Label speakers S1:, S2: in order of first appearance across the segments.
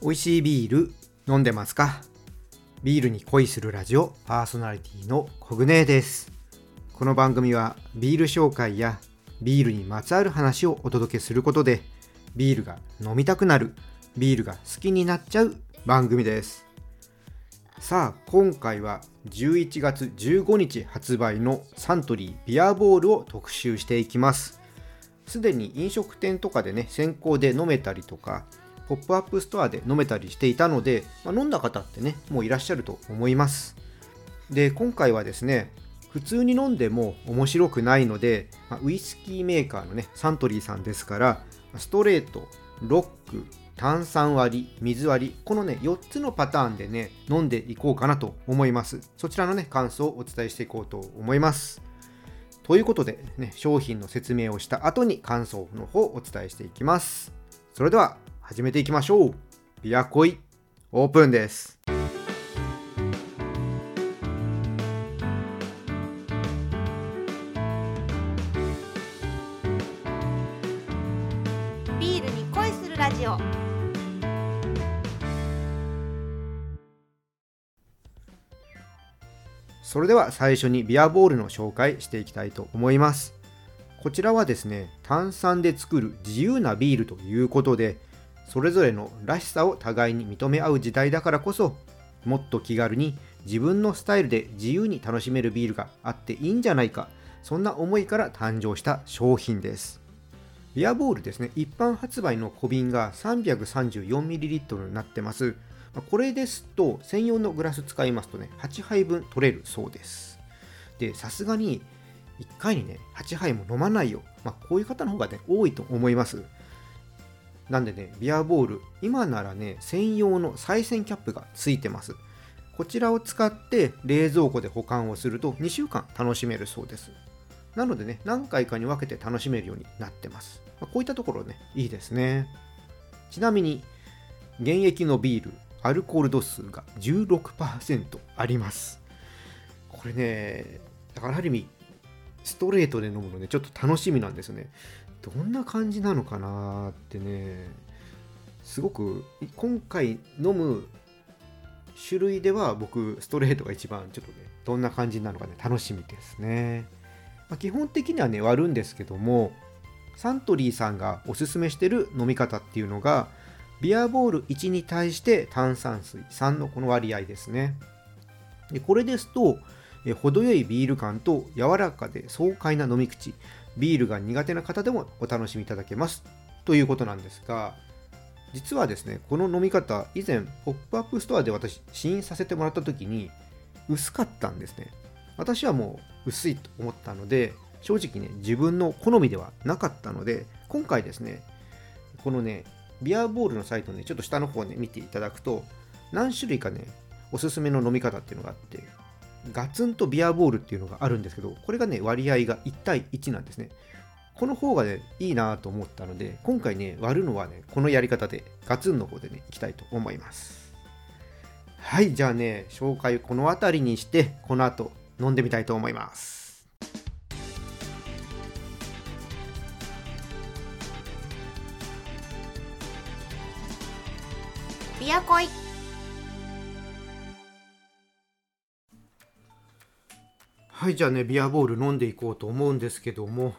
S1: 美味しいビール飲んでますかビールに恋するラジオパーソナリティのコグネですこの番組はビール紹介やビールにまつわる話をお届けすることでビールが飲みたくなるビールが好きになっちゃう番組ですさあ今回は11月15日発売のサントリービアボールを特集していきますすでに飲食店とかでね先行で飲めたりとかポップアップストアで飲めたりしていたので、まあ、飲んだ方ってねもういらっしゃると思いますで今回はですね普通に飲んでも面白くないので、まあウイスキーメーカーのねサントリーさんですからストレートロック炭酸割り水割りこのね4つのパターンでね飲んでいこうかなと思いますそちらのね感想をお伝えしていこうと思いますということで、ね、商品の説明をした後に感想の方をお伝えしていきますそれでは始めていきましょうビアコイオープンです
S2: ビールに恋するラジオ
S1: それでは最初にビアボールの紹介していきたいと思いますこちらはですね炭酸で作る自由なビールということでそれぞれのらしさを互いに認め合う時代だからこそもっと気軽に自分のスタイルで自由に楽しめるビールがあっていいんじゃないかそんな思いから誕生した商品ですビアボールですね一般発売の小瓶が 334ml になってますまあこれですと専用のグラス使いますとね8杯分取れるそうですでさすがに1回にね8杯も飲まないよ、まあ、こういう方の方がね多いと思いますなんでねビアボール今ならね専用の再煎キャップがついてますこちらを使って冷蔵庫で保管をすると2週間楽しめるそうですなのでね何回かに分けて楽しめるようになってます、まあこういったところねいいですねちなみに現役のビールアルコール度数が16%ありますこれねだからある意味ストレートで飲むのねちょっと楽しみなんですよねどんな感じなのかなってねすごく今回飲む種類では僕ストレートが一番ちょっとねどんな感じになるのかね楽しみですね、まあ基本的にはね割るんですけどもサントリーさんがおすすめしてる飲み方っていうのがビアボール1に対して炭酸水3のこの割合ですねでこれですとえ程よいビール感と柔らかで爽快な飲み口ビールが苦手な方でもお楽しみいただけますということなんですが実はですねこの飲み方以前ポップアップストアで私試飲させてもらった時に薄かったんですね私はもう薄いと思ったので正直ね自分の好みではなかったので今回ですねこのねビアボールのサイトのねちょっと下の方ね見ていただくと何種類かねおすすめの飲み方っていうのがあってガツンとビアボールっていうのがあるんですけどこれがね割合が1対1なんですねこの方がねいいなと思ったので今回ね割るのはねこのやり方でガツンの方でねいきたいと思いますはいじゃあね紹介この辺りにしてこの後飲んでみたいと思います
S2: ビアコイ
S1: はいじゃあねビアボール飲んでいこうと思うんですけども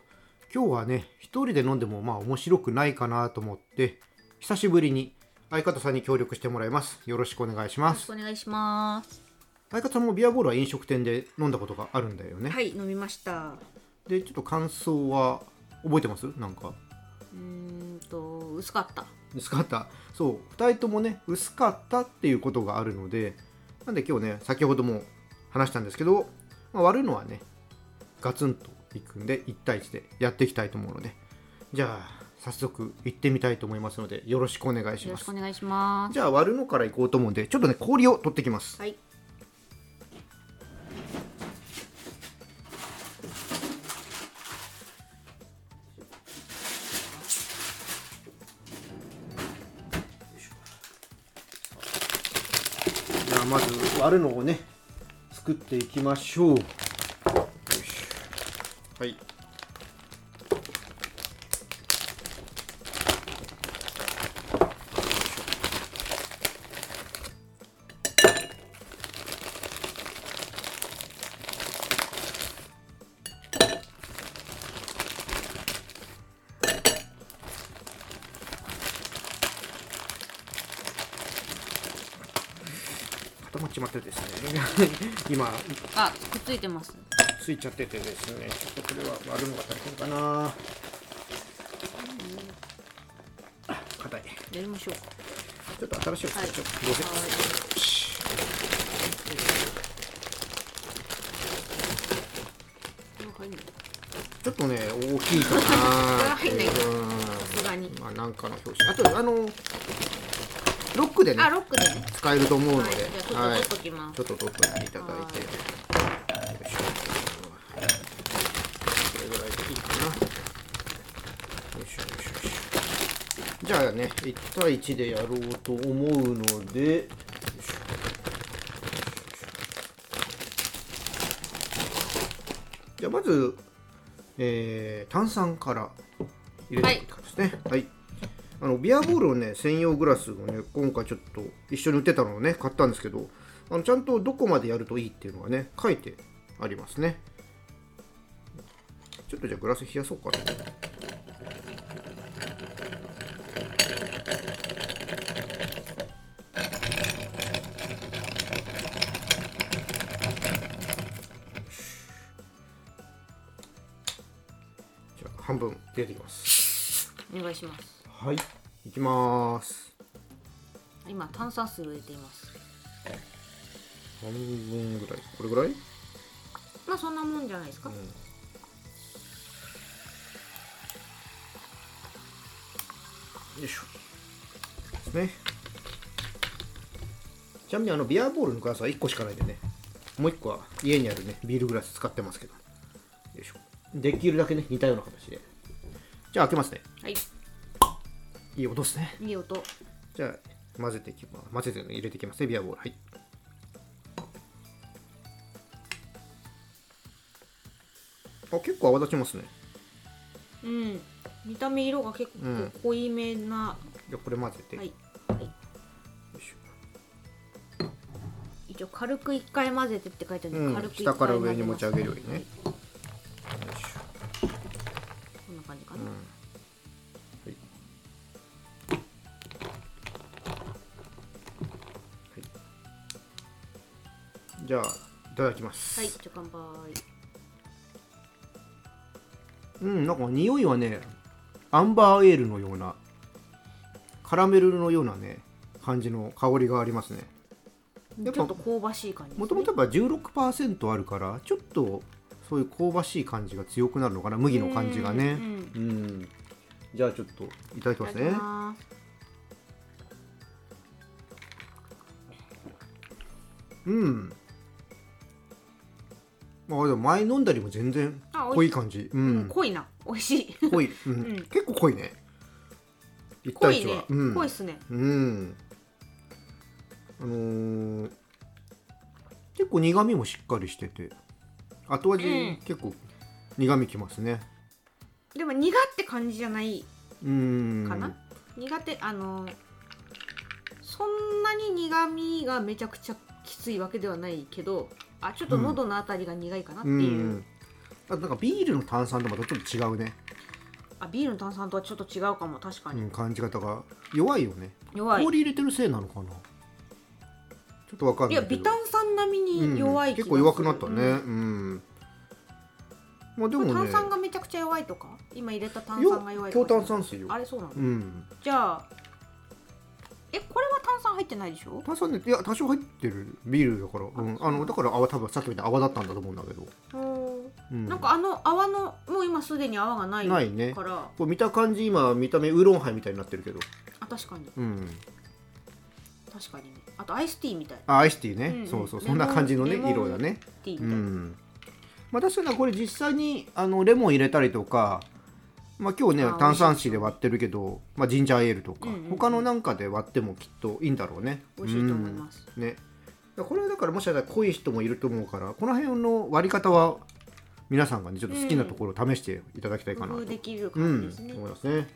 S1: 今日はね一人で飲んでもまあ面白くないかなと思って久しぶりに相方さんに協力してもらいますよろしくお願いしま
S3: よろし
S1: す
S3: くお願いします。
S1: 相方さんもビアボールは飲食店で飲んだことがあるんだよね
S3: はい、飲みました。
S1: でちょっと感想は覚えてますなんか
S3: うーんと、薄かった。
S1: 薄かったそう2人ともね薄かったっていうことがあるのでなんで今日ね先ほども話したんですけど、まあ、割るのはねガツンといくんで1対1でやっていきたいと思うのでじゃあ早速行ってみたいと思いますのでよろしくお願いし
S3: よ
S1: ま
S3: ろし
S1: す
S3: くお願いします。
S1: じゃあ割るのからいこうと思うんでちょっとね氷を取ってきます
S3: はい。
S1: じゃあまず割るのをね作っていきましょうよいしょはい固まっちまってですね 今
S3: あくっついてます
S1: ついちゃっててですねちょっとこれは割るのが大変かなあ硬い
S3: やりましょうか
S1: ちょっと新しいの使っちゃおう、どうせよし
S3: あ入んない
S1: ちょっとね大きいかな
S3: 入んないか
S1: うん
S3: さすがに
S1: まあなんかの表紙あとあのロックでね
S3: あロックでね
S1: 使えると思うの
S3: はい
S1: で、
S3: じゃあちょっと取っときます
S1: ちょっと取っといていただいて、よいしょこれぐらいでいいかな。よいしょよいしょよいしょ。じゃあね、1対1でやろうと思うので、よいしょじゃあまず、えー炭酸から入れていくって感じですね。はい。あのビアボールをね専用グラスをね今回ちょっと一緒に売ってたのをね買ったんですけどあのちゃんとどこまでやるといいっていうのがね書いてありますねちょっとじゃあグラス冷やそうかなじゃあ半分入れていきます
S3: お願いします
S1: はいいきまーす
S3: 今炭酸水を入れています
S1: 半分ぐらいこれぐらい
S3: まあそんなもんじゃないですか、
S1: よいしょですねちなみにあのビアボールのグラスは1個しかないんでねもう1個は家にあるねビールグラス使ってますけどよいしょできるだけね似たような形でじゃあ開けますね
S3: はい
S1: いい音ですね
S3: いい音
S1: じゃあ混ぜていきます混ぜて入れていきますねビアボールはいあ結構泡立ちますね
S3: うん見た目色が結
S1: うん
S3: 構濃いめな、
S1: じゃあこれ混ぜて、
S3: はい
S1: よいしょ
S3: 一応軽く一回混ぜてって書いてあるんで、
S1: うん
S3: 軽く一
S1: 下
S3: 回
S1: から
S3: 混ぜ
S1: 上に
S3: ま
S1: 持
S3: す
S1: ち上げるよりね、
S3: はい
S1: よいしょ
S3: こんな感じかな、
S1: はいはいじゃあいただきます、
S3: はいじゃあ乾杯
S1: うんなんか匂いはねアンバーエールのようなカラメルのようなね感じの香りがありますねやっぱ
S3: ちょっと香ばしい感じですね、
S1: もともとやっぱ16%あるからちょっとそういう香ばしい感じが強くなるのかな麦の感じがね
S3: うんうん
S1: うんじゃあちょっといただきます
S3: いた
S1: ね
S3: だきます
S1: うんまあでも前飲んだりも全然
S3: あ
S1: 濃
S3: お
S1: い
S3: い
S1: 感じう
S3: うん
S1: ん
S3: 濃いな美味しい
S1: 濃い、うん
S3: うん
S1: 結構濃いね一
S3: 濃
S1: 対
S3: い
S1: 一
S3: ね
S1: は、、うん
S3: 濃いっすね
S1: うんあのー結構苦味もしっかりしてて後味、
S3: うん
S1: 結構苦味きますね
S3: でも苦って感じじゃない
S1: うん
S3: かな、苦手あのーそんなに苦味がめちゃくちゃきついわけではないけどあちょっと喉のあたりが苦いかなって
S1: うん
S3: いう、
S1: あとなんかビールの炭酸とまたちょっと違うね、
S3: あビールの炭酸とはちょっと違うかも確か
S1: う
S3: に、
S1: ん、感じ方が弱いよね
S3: 弱い
S1: 氷入れてるせいなのかなちょっとわかん
S3: い
S1: な
S3: や
S1: いけ
S3: 微
S1: ど
S3: 炭酸並みに弱い気
S1: うん結
S3: がする、
S1: 構弱くなったね
S3: う
S1: うんん、まあでもね
S3: これ炭酸がめちゃくちゃ弱いとか今入れた炭酸が弱いと
S1: 強
S3: か
S1: 炭酸水よ
S3: あれそうなの、
S1: うん
S3: じゃあえこれは炭酸入ってないでしょ
S1: 炭酸ねいや多少入ってるビールだから、うん、あのだから泡多分さっきみたいな泡だったんだと思うんだけど、う
S3: うん
S1: ん、
S3: なんかあの泡のもう今すでに泡がないか
S1: な
S3: ら
S1: いねこれ見た感じ今見た目ウーロンハイみたいになってるけど
S3: あ確かに
S1: うん
S3: 確かにねあとアイスティーみたいな
S1: あアイスティーね、
S3: うんうん
S1: そうそうそんな感じのね
S3: レモン
S1: 色だね
S3: ティ
S1: う
S3: ーみたいな、
S1: んまあ、確かにこれ実際にあのレモン入れたりとか、まあ、今日ね
S3: あー
S1: 炭酸水で割ってるけど、まあ、ジンジャーエールとか、
S3: うんうんうん
S1: 他のなんかで割ってもきっといいんだろうね
S3: 美味しいと思います、
S1: うんねだからこれはだからもしかしたら濃い人もいると思うからこの辺の割り方は皆さんがねちょっと好きなところを試していただきたいかな
S3: 工
S1: と、う
S3: 夫
S1: ん
S3: できる感じですね、
S1: 思いますね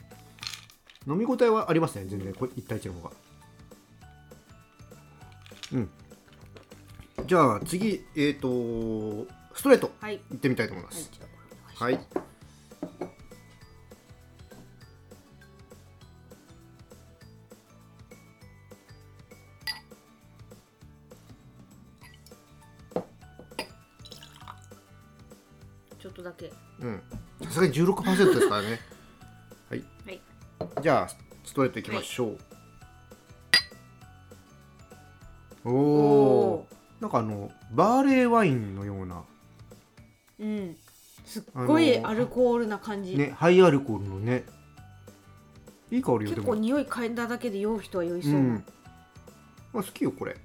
S1: 飲み応えはありますね全然これ1対1の方がうんじゃあ次えっ、とストレート
S3: はい
S1: 行ってみたいと思いま
S3: はい
S1: す。
S3: じゃあこ
S1: は
S3: れお願いし
S1: い
S3: ます。っとだけ
S1: うんさすがに16%です からねはい、
S3: はい
S1: じゃあストレートいきましょう、おおーなんかあのバーレーワインのような
S3: ーうんすっごい
S1: あのー
S3: アルコールな感じ、
S1: ねハイアルコールのねいい香りよで
S3: 結
S1: も
S3: 構匂い嗅いだだけで酔う人は酔いそううな、
S1: んまあ好きよこれ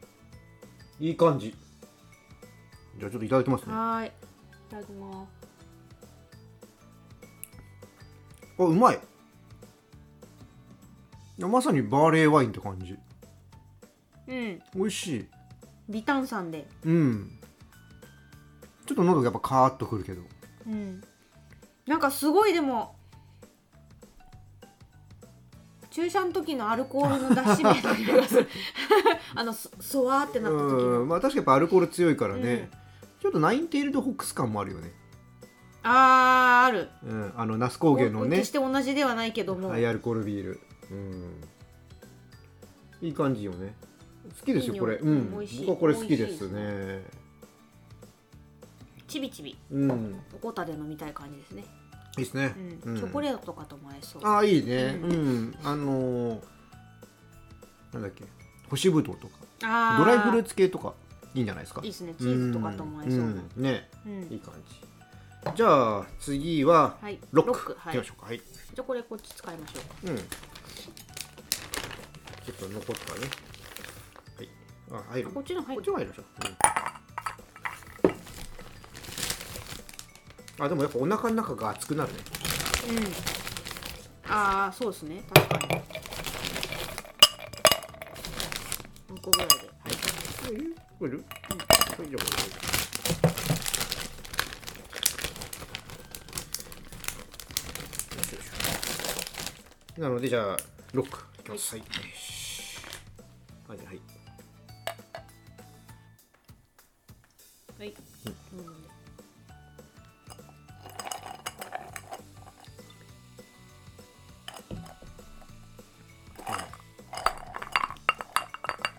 S1: いい感じじゃあちょっといただきますねあ
S3: はーいいただきま
S1: うまいいやまさにバーレーワインって感じ
S3: すうん
S1: 美味しい
S3: 微炭酸で
S1: うんちょっと喉がやっぱカーッとくるけど
S3: うんなんかすごいでも注射の時のアルコールの出し目な気がする あのそそわーってなった時の
S1: うんまあ確かにやっぱアルコール強いからね、ちょっとナインテールドホックス感もあるよね、
S3: あーある
S1: うん、あの那須高原のね
S3: 決して同じではないけども
S1: ハイアルコールビールうんいい感じよね好きですよ
S3: いい匂い
S1: これうん
S3: 美味しい
S1: 僕はこれ好きですね
S3: ちびちび
S1: うん
S3: おこたで飲みたい感じですね、
S1: いいですね
S3: う、
S1: うんん
S3: チョコレートとかとも合いそう
S1: ああいいねう、
S3: うんん
S1: あのーなんだっけ干しぶどうとか
S3: あー
S1: ドライフルーツ系とかいいんじゃないですか
S3: いいですねチーズとかとも合いそうな、
S1: んんね
S3: うん
S1: いい感じじゃあ次は
S3: はい
S1: ロック
S3: は
S1: き
S3: いじ
S1: ま
S3: ゃ
S1: しょうかはい、
S3: あこれこっち使いましょうか
S1: うんちょっと残ったねはいあ入る
S3: あこっちの入
S1: こっ
S3: る
S1: ちも入りましょう。あでもやっぱお腹の中が熱くなるね。
S3: うんああそうですね確かに4個ぐらいではい
S1: これいる？これ以上なのでじゃあロックいきます。はい。はいはい。
S3: はい、うん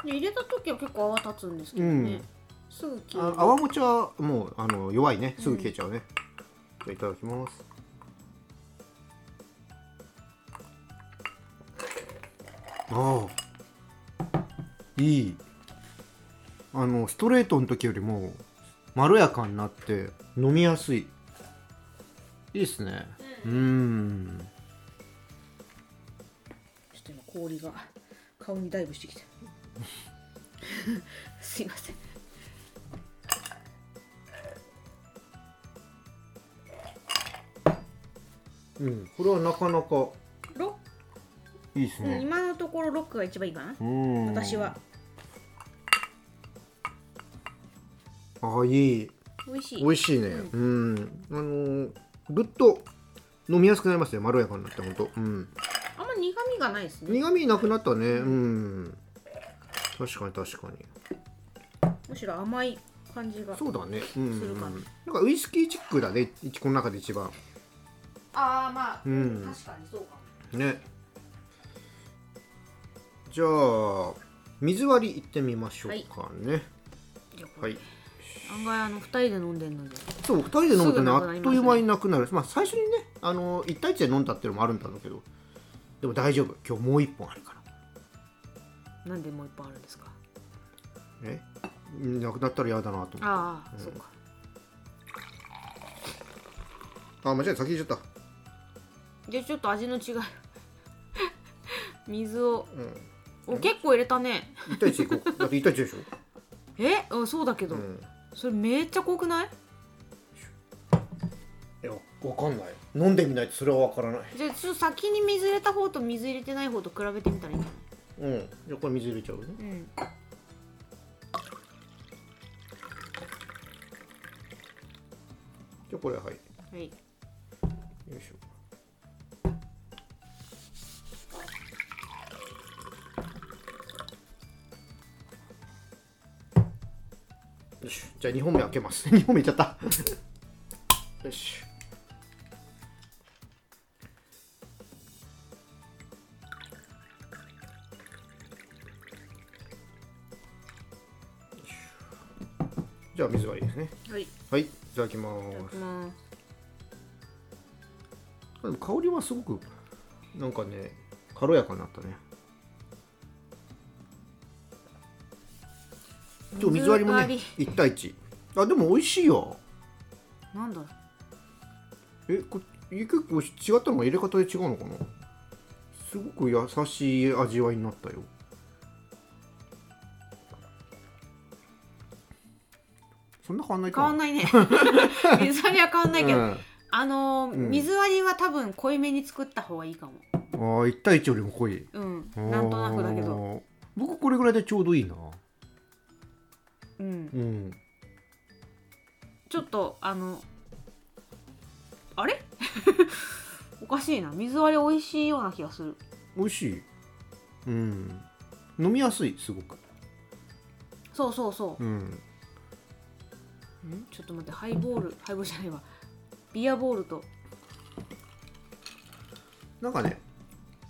S3: で入れた時は結構泡立つんですけどね、
S1: うん
S3: すぐ切
S1: あ
S3: る
S1: 泡餅はもうあの弱いね。すぐ消えちゃうね。じゃあいただきます。ああ、いい。あのストレートの時よりもまろやかになって飲みやすい。いいですね。うーん。
S3: ちょっと今氷が顔にダイブしてきてすいません
S1: うん。これはなかなか
S3: ロ
S1: いいです
S3: ック、うん
S1: ね。
S3: 今のところロックが一番いいかな、
S1: うん。
S3: 私は。
S1: ああ、いい。
S3: 美味しい
S1: 美味しいねうん、あのーぐっと飲みやすくなりますねまろやかになってほんと、うん、
S3: あんま苦味がないですね
S1: 苦味なくなったねうん確かに確かに
S3: むしろ甘い感じが
S1: そうだねうん、
S3: するかな
S1: なんかウイスキーチックだねいちこの中で一番
S3: ああまあ、
S1: うん
S3: 確かにそうかも
S1: ねじゃあ水割りいってみましょうかね
S3: じゃあこ
S1: は
S3: れ
S1: い、
S3: 案外あの二人で飲んでるので
S1: そう2人で飲むとね
S3: すぐな
S1: あ
S3: くなりますね
S1: っという間になくなるまあ最初にねあの1対1で飲んだっていうのもあるんだろうけどでも大丈夫今日もう1本あるから
S3: なんでもう一本あるんですか
S1: えなくなったら嫌だなと思って
S3: ああ、そうか
S1: あ間違えた先言っちゃっ
S3: じゃあちょっと味の違い 水を
S1: た、うん、
S3: お結構入れたね
S1: 1対1でいこう だって1対1でしょ、
S3: えあそうだけど、
S1: うん、
S3: それめっちゃ濃くない
S1: いや分かんない飲んでみないとそれは分からない
S3: じゃあちょっと先に水入れた方と水入れてない方と比べてみたらいいんじ
S1: うんじゃあこれ水入れちゃうね
S3: ゃないうん
S1: じゃあこれはいよ
S3: はい
S1: いしょよしじゃあ2本目開けます 2本目いっちゃったよしよしじゃあ水割りですね
S3: はいい
S1: はいいただきま
S3: ただ
S1: す
S3: きます
S1: でも香りはすごくなんかね軽やかになったね今日水割りも
S3: 水
S1: ね
S3: 割
S1: 1対1あでも美味しいよ
S3: りなんだ
S1: えこえ結構違ったのが入れ方で違うのかなすごく優しい味わいになったよそんな変わんないか
S3: 変わんないね 水割りは変わんないけど、あのー
S1: うん
S3: 水割りは多分濃いめに作った方がいいかも
S1: うん、あー1対1よりも濃い
S3: うんなんとなくだけど
S1: ど僕これぐらいでちょうどいいな
S3: うん
S1: うん
S3: ちょっとあのあれ おかしいな水割り美味しいような気がする
S1: 美味しいうん飲みやすいすごく
S3: そうそうそう、
S1: うん
S3: んちょっと待ってハイボールハイボールじゃないわビアボールと
S1: なんかね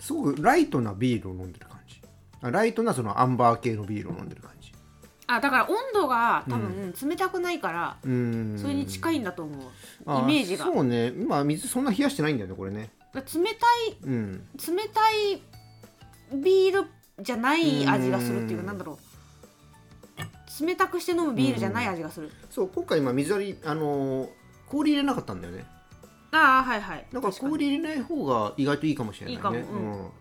S1: すごくライトなビールを飲んでる感じあライトなそのアンバー系のビールを飲んでる感じ
S3: あだから温度が多分冷たくないから、
S1: うん
S3: それに近
S1: い
S3: いんだと思う、
S1: イ
S3: メージが
S1: そうね今水そんな冷やしてないんだよねこれね
S3: だから冷たい
S1: うん
S3: 冷たいビールじゃない味がするって
S1: う
S3: いうか
S1: ん
S3: なんだろう冷たくして飲むビールじゃない味がする、
S1: そう今回今水割りあのー氷入れなかったんだよね
S3: ああはいはい
S1: なんか
S3: 確に
S1: 氷入れない方が意外といいかもしれないね
S3: いいかも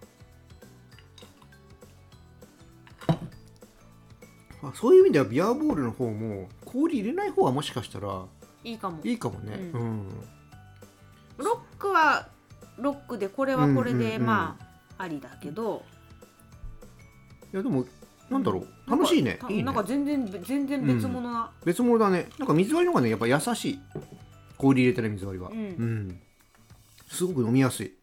S1: うんあそういう意味ではビアボールの方も氷入れない方はもしかしたら
S3: いいかも
S1: いいかもね、う
S3: うんロックはロックでこれはこれ
S1: う
S3: で、
S1: んうんうん
S3: まあありだけど
S1: いやでもなんだろう、楽しいね
S3: なんか
S1: いいね
S3: なんか全然全然別物な、
S1: 別物だねなんか水割りの方がねやっぱ優しい氷入れてる水割りは
S3: うん
S1: んすごく飲みやすい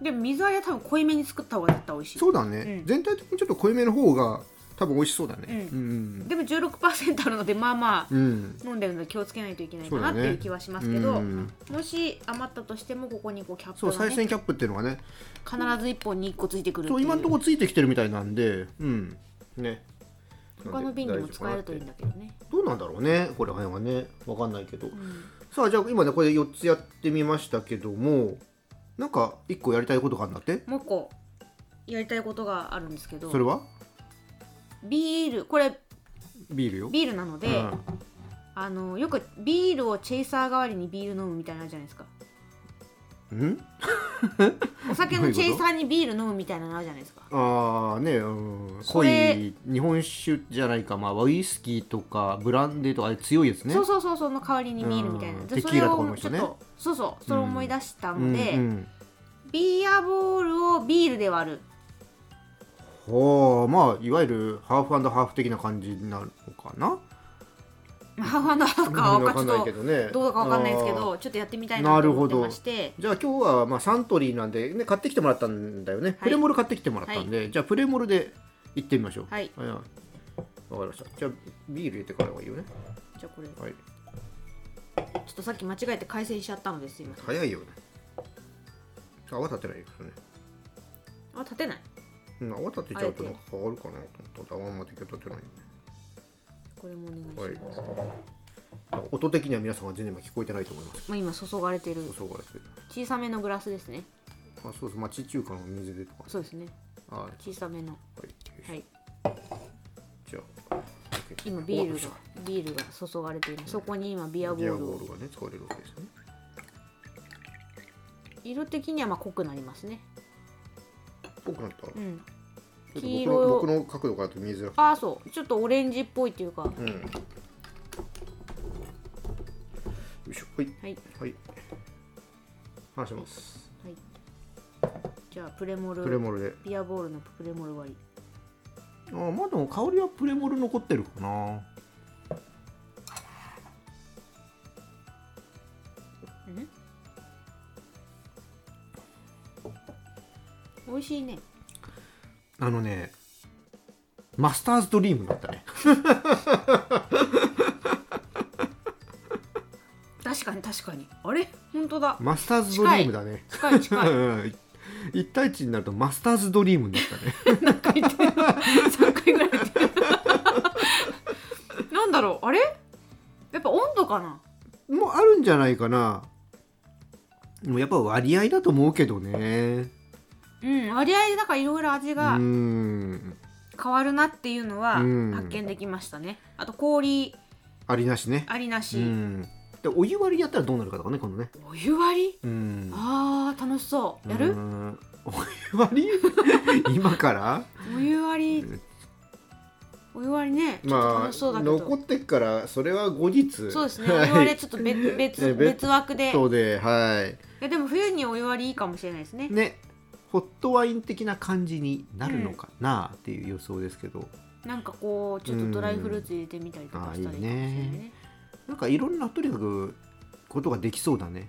S3: でも水割りは多分濃いめに作った方が絶対美味しい
S1: そうだね、
S3: うん
S1: 全体的にちょっと濃いめの方が多分美味しそうだね
S3: う
S1: うん
S3: でも16%あるのでまあまあ
S1: うん
S3: 飲んでるので気をつけないといけない
S1: そ
S3: か
S1: う
S3: な
S1: だ
S3: っ
S1: ね
S3: ていう気はしますけど、
S1: うん
S3: もし余ったとしてもここにこうキャップ
S1: そう
S3: が、
S1: 再
S3: ね、
S1: 選キャップっていうのがね
S3: 必ず1本に1個ついてくるって
S1: そう
S3: いう
S1: 今のところついてきてるみたいなんでうんね
S3: 他の瓶にも使えるといいんだけどね、
S1: どうなんだろうねこれ辺はねわかんないけど、
S3: うん
S1: さあじゃあ今ねこれ4つやってみましたけどもなんか1個やりたいことがあるんだって
S3: もう1個やりたいことがあるんですけど
S1: それは
S3: ビールこれ
S1: ビールよ
S3: ビールなので、
S1: うん
S3: あのよくビールをチェイサー代わりにビール飲むみたいなのあるじゃないで すか
S1: うん
S3: お酒のチェイサーにビール飲むみたいなのあるじゃないですか
S1: ああねうん
S3: そ
S1: 濃
S3: れ
S1: い日本酒じゃないかまあウイスキーとかブランデーとかあれ強いですね
S3: そうそうそうその代わりにビールみたいな、
S1: うん
S3: で
S1: テ
S3: そ
S1: キー
S3: れ
S1: ラとか
S3: を
S1: も一
S3: ちょ
S1: 緒
S3: っ
S1: ね
S3: とそうそうそれを思い出したので、
S1: うんうん
S3: ビアボールをビールで割る
S1: ほうまあいわゆるハーフハーフ的な感じになるのかな
S3: ハーフハーフか
S1: わ
S3: はち
S1: か
S3: ょ
S1: んない
S3: っ
S1: け
S3: と
S1: どね
S3: どうだかわかんないですけ
S1: あー
S3: どちょっとやってみたいなと思ってまして
S1: じゃあ今日はまあサントリーなんで、ね、買ってきてもらったんだよね、プレモル買ってきてもらったんで、じゃあプレモルで行ってみましょう
S3: はい
S1: わかりましたじゃあビール入れてからがいいよね
S3: じゃあこれちょ
S1: はい
S3: っとさっき間違えて改善しちゃったのですすいません
S1: 早いよね泡立てないですね、
S3: あ立てない
S1: うん、泡立てちゃうと
S3: あえて
S1: なんか変わるかなと思ったら泡まで立てないよね
S3: これもお願いします、
S1: はい音的には皆さんは全然今聞こえてないと思います
S3: まあ、今注がれてる
S1: 注がれてる
S3: 小さめのグラスですね
S1: あそうそうまあ地中華の水でとか
S3: そうですね
S1: はい
S3: 小さめの
S1: はい、
S3: はい
S1: じゃあ
S3: 今ビール
S1: お
S3: がビールが注がれていますそこに今ビアボー
S1: ディア
S3: ル
S1: ボー
S3: を
S1: ルがね使われるわけですね
S3: 色的にはまあ濃くなりますね
S1: ぽくなった
S3: うん
S1: ちょっと
S3: 黄
S1: 僕の
S3: 色
S1: 僕の角度からだと見えづらくて
S3: ああそうちょっとオレンジっぽいっていうか
S1: うんよいしょはい
S3: はい
S1: はい離します
S3: はいじゃあプレモル
S1: プレモルで
S3: ビアボールのプレモル割り
S1: あーまあでも香りはプレモル残ってるかな
S3: 美味しいね
S1: あのねマスターズドリームだったね
S3: 確かに確かにあれ本当だ
S1: マスターズドリームだね
S3: 近い近 い
S1: うん一対一になるとマスターズドリームになったね
S3: 3回ぐらい言ってる なんだろうあれやっぱ温度かな
S1: もうあるんじゃないかなでもやっぱ割合だと思うけどね
S3: うん、割合でなんかいろいろ味
S1: う
S3: が
S1: ん
S3: 変わるなっていうのは
S1: うん
S3: 発見できましたね、あと氷
S1: ありなしね
S3: ありなし、
S1: うんでお湯割りやったらどうなるかとかねこのね
S3: お湯割り
S1: うん
S3: あー楽しそうやる、
S1: うんお湯割り 今から
S3: お湯割りお湯割りねちょっと
S1: ま
S3: 楽しそう
S1: あ
S3: だけど、
S1: 残ってっからそれは後日
S3: そうですねお
S1: はい
S3: 湯割りちょっと別
S1: え
S3: 別
S1: 別
S3: 別枠で
S1: そうではい
S3: いやでも冬にお湯割りいいかもしれないですね
S1: ねホットワイン的な感じになるのかなっていう予想ですけど、
S3: なんかこうちょっとドライフルーツ入れてみたりとかしたらいいかもしれない
S1: うんあーいい
S3: ね
S1: なんかいろんなとにかくことができそうだね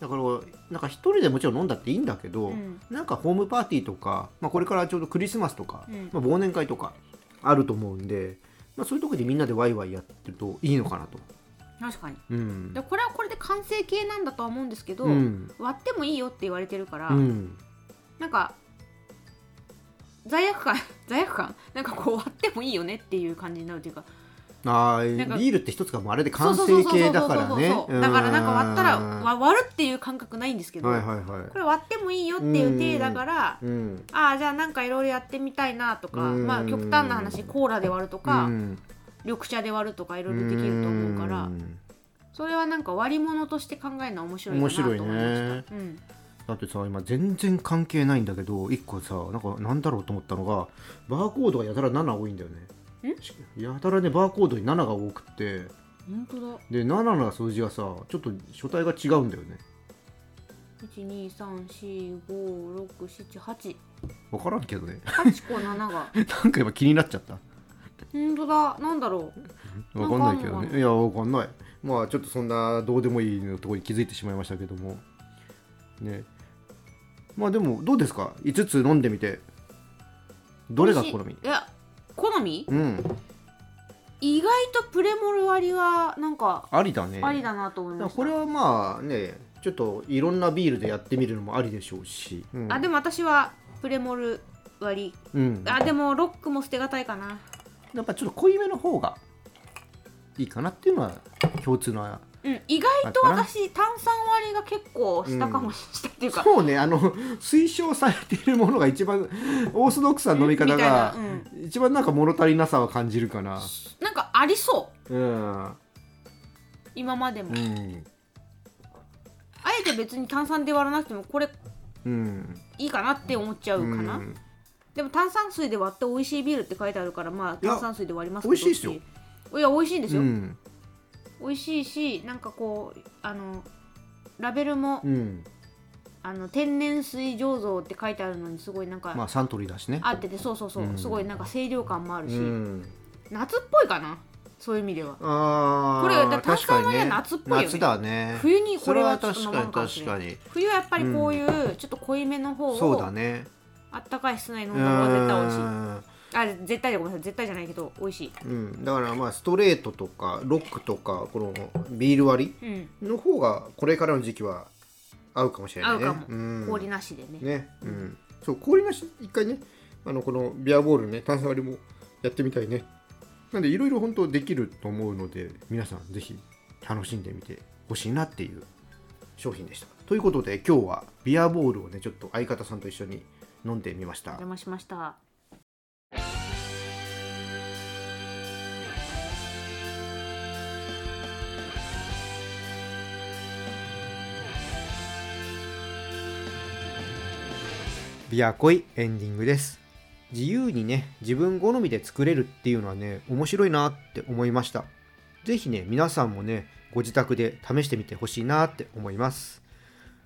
S1: だからなんか一人でもちろん飲んだっていいんだけど、
S3: うん
S1: なんかホームパーティーとか、まあ、これからちょうどクリスマスとか、
S3: うん
S1: まあ、忘年会とかあると思うんで、まあ、そういうとこでみんなでワイワイやってるといいのかなと。
S3: 確かに
S1: うん
S3: でこれはこれで完成形なんだとは思うんですけど、
S1: うん
S3: 割ってもいいよって言われてるから、
S1: うん
S3: なんか罪悪感 罪悪感なんかこう割ってもいいよねっていう感じになるというか
S1: あー
S3: なんか
S1: ビールって一つがもうあれで
S3: そう
S1: 完
S3: そうそ
S1: 成
S3: うそうそ
S1: 形
S3: う
S1: だからね
S3: そうそうだからなんか割ったら
S1: うん
S3: わ割るっていう感覚ないんですけど、
S1: はいはいはい
S3: これ割ってもいいよっていう体だから、
S1: うん
S3: ああじゃあなんかいろいろやってみたいなとか、
S1: うん
S3: まあ極端な話コーラで割るとか、
S1: うん
S3: 緑茶で割るとかいろいろできると思うから、
S1: ん
S3: それはなんか割り物として考えるのは面白いかなと思いました。
S1: 面
S3: うん、
S1: だってさ今全然関係ないんだけど一個さなんかなんだろうと思ったのがバーコードがやたら7多いんだよねやたらねバーコードに7が多くって
S3: 本当だ
S1: で7の数字がさちょっと書体が違うんだよね
S3: 一二三四五六七八
S1: 分からんけどね
S3: 八個七が
S1: なんか今気になっちゃった
S3: 本当だなんだろう
S1: 分かんないけど
S3: なんかあんの
S1: ね
S3: かない
S1: や分かんないまあちょっとそんなどうでもいいのところに気づいてしまいましたけどもねまあでもどうですか5つ飲んでみてどれが好み
S3: 美味しいいや好み
S1: うん
S3: 意外とプレモル割りはなんか
S1: ありだね
S3: ありだなと思い
S1: だか
S3: ま
S1: ら
S3: した、
S1: これはまあねちょっといろんなビールでやってみるのもありでしょうし、うん、
S3: あで
S1: も、
S3: も私はプレモル割
S1: うん、
S3: りあでもロックも捨てがたいかな
S1: やっぱちょっと濃いめの方がいいかなっていうのは共通の
S3: うん意外と私炭酸割りが結構したかもししたっていうか、
S1: そうねあの推奨されているものが一番オーソドックスな飲み方
S3: みたいな
S1: が、
S3: うん
S1: 一番なんか物足りなさは感じるかな
S3: なんかありそう
S1: うん、
S3: 今までも、
S1: うん
S3: あえて別に炭酸で割らなくてもこれ
S1: うん
S3: いいかなって思っちゃうかな、
S1: うん
S3: でも炭酸水で割って美味しいビールって書いてあるからま
S1: い
S3: あ
S1: や
S3: 炭酸水で割りますけど
S1: 美味しいですよ
S3: っていや美味しいんです
S1: う
S3: よ、
S1: ん
S3: 美味しいしなんかこうあのラベルも、
S1: うん
S3: あの天然水醸造って書いてあるのにすごいなんか、
S1: まあサントリーだしね
S3: 合っててそうそうそう、
S1: うん
S3: すごいなんか清涼感もある
S1: う
S3: し、
S1: ん
S3: 夏っぽいかなそういう意味では
S1: あ
S3: これだって炭
S1: 確
S3: 酸
S1: かに
S3: 割りは
S1: ね
S3: 夏っぽいよね
S1: 夏だね
S3: 冬に
S1: そ
S3: こ
S1: れ
S3: れ
S1: は
S3: はちょっと
S1: 確
S3: 飲
S1: か
S3: ま
S1: に
S3: んかもし
S1: 確
S3: れな
S1: か
S3: い
S1: に
S3: 冬はやっぱりこういうちょっと濃いめの方を、
S1: そうだね
S3: あったかい室内の
S1: う
S3: 方が絶対美味しい
S1: ん
S3: あ絶対でごめんなさい絶対じゃないけど美味しい
S1: うんだからまあストレートとかロックとかこのビール割
S3: うん
S1: りの方がこれからの時期は合うかもしれないね
S3: 合うかも
S1: うん、
S3: 氷なしでね
S1: ね、うん、そう氷なし一回ねあのこのビアボールね炭酸割りもやってみたいねなんでいろいろ本当できると思うので皆さんぜひ楽しんでみてほしいなっていう商品でしたということで今日はビアボールをねちょっと相方さんと一緒に飲んでみました
S3: お邪魔しました
S1: ビアコイエンディングです自由にね自分好みで作れるっていうのはね面白いなって思いました是非ね皆さんもねご自宅で試してみてほしいなって思います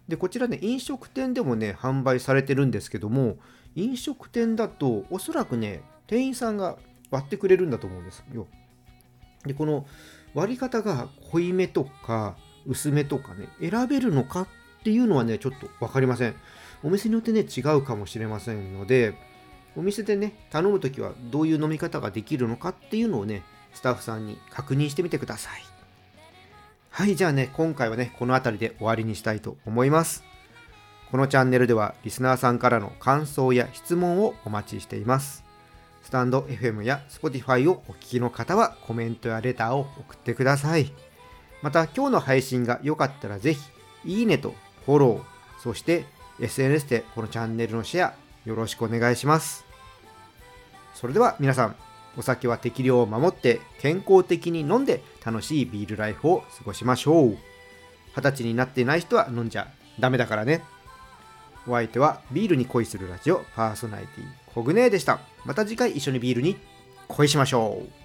S1: でこちらね飲食店でもね販売されてるんですけども飲食店だとおそらくね店員さんが割ってくれるんだと思うんですよでこの割り方が濃いめとか薄めとかね選べるのかっていうのはねちょっと分かりませんお店によってね違うかもしれませんのでお店でね頼む時はどういう飲み方ができるのかっていうのをねスタッフさんに確認してみてくださいはいじゃあね今回はねこの辺りで終わりにしたいと思いますこのチャンネルではリスナーさんからの感想や質問をお待ちしていますスタンド FM や Spotify をお聞きの方はコメントやレターを送ってくださいまた今日の配信が良かったらぜひいいねとフォロー、そして SNS でこのチャンネルのシェア、よろしくお願いします。それでは皆さん、お酒は適量を守って健康的に飲んで楽しいビールライフを過ごしましょう。二十歳になっていない人は飲んじゃダメだからね。お相手はビールに恋するラジオパーソナリティコグネーでした。また次回一緒にビールに恋しましょう。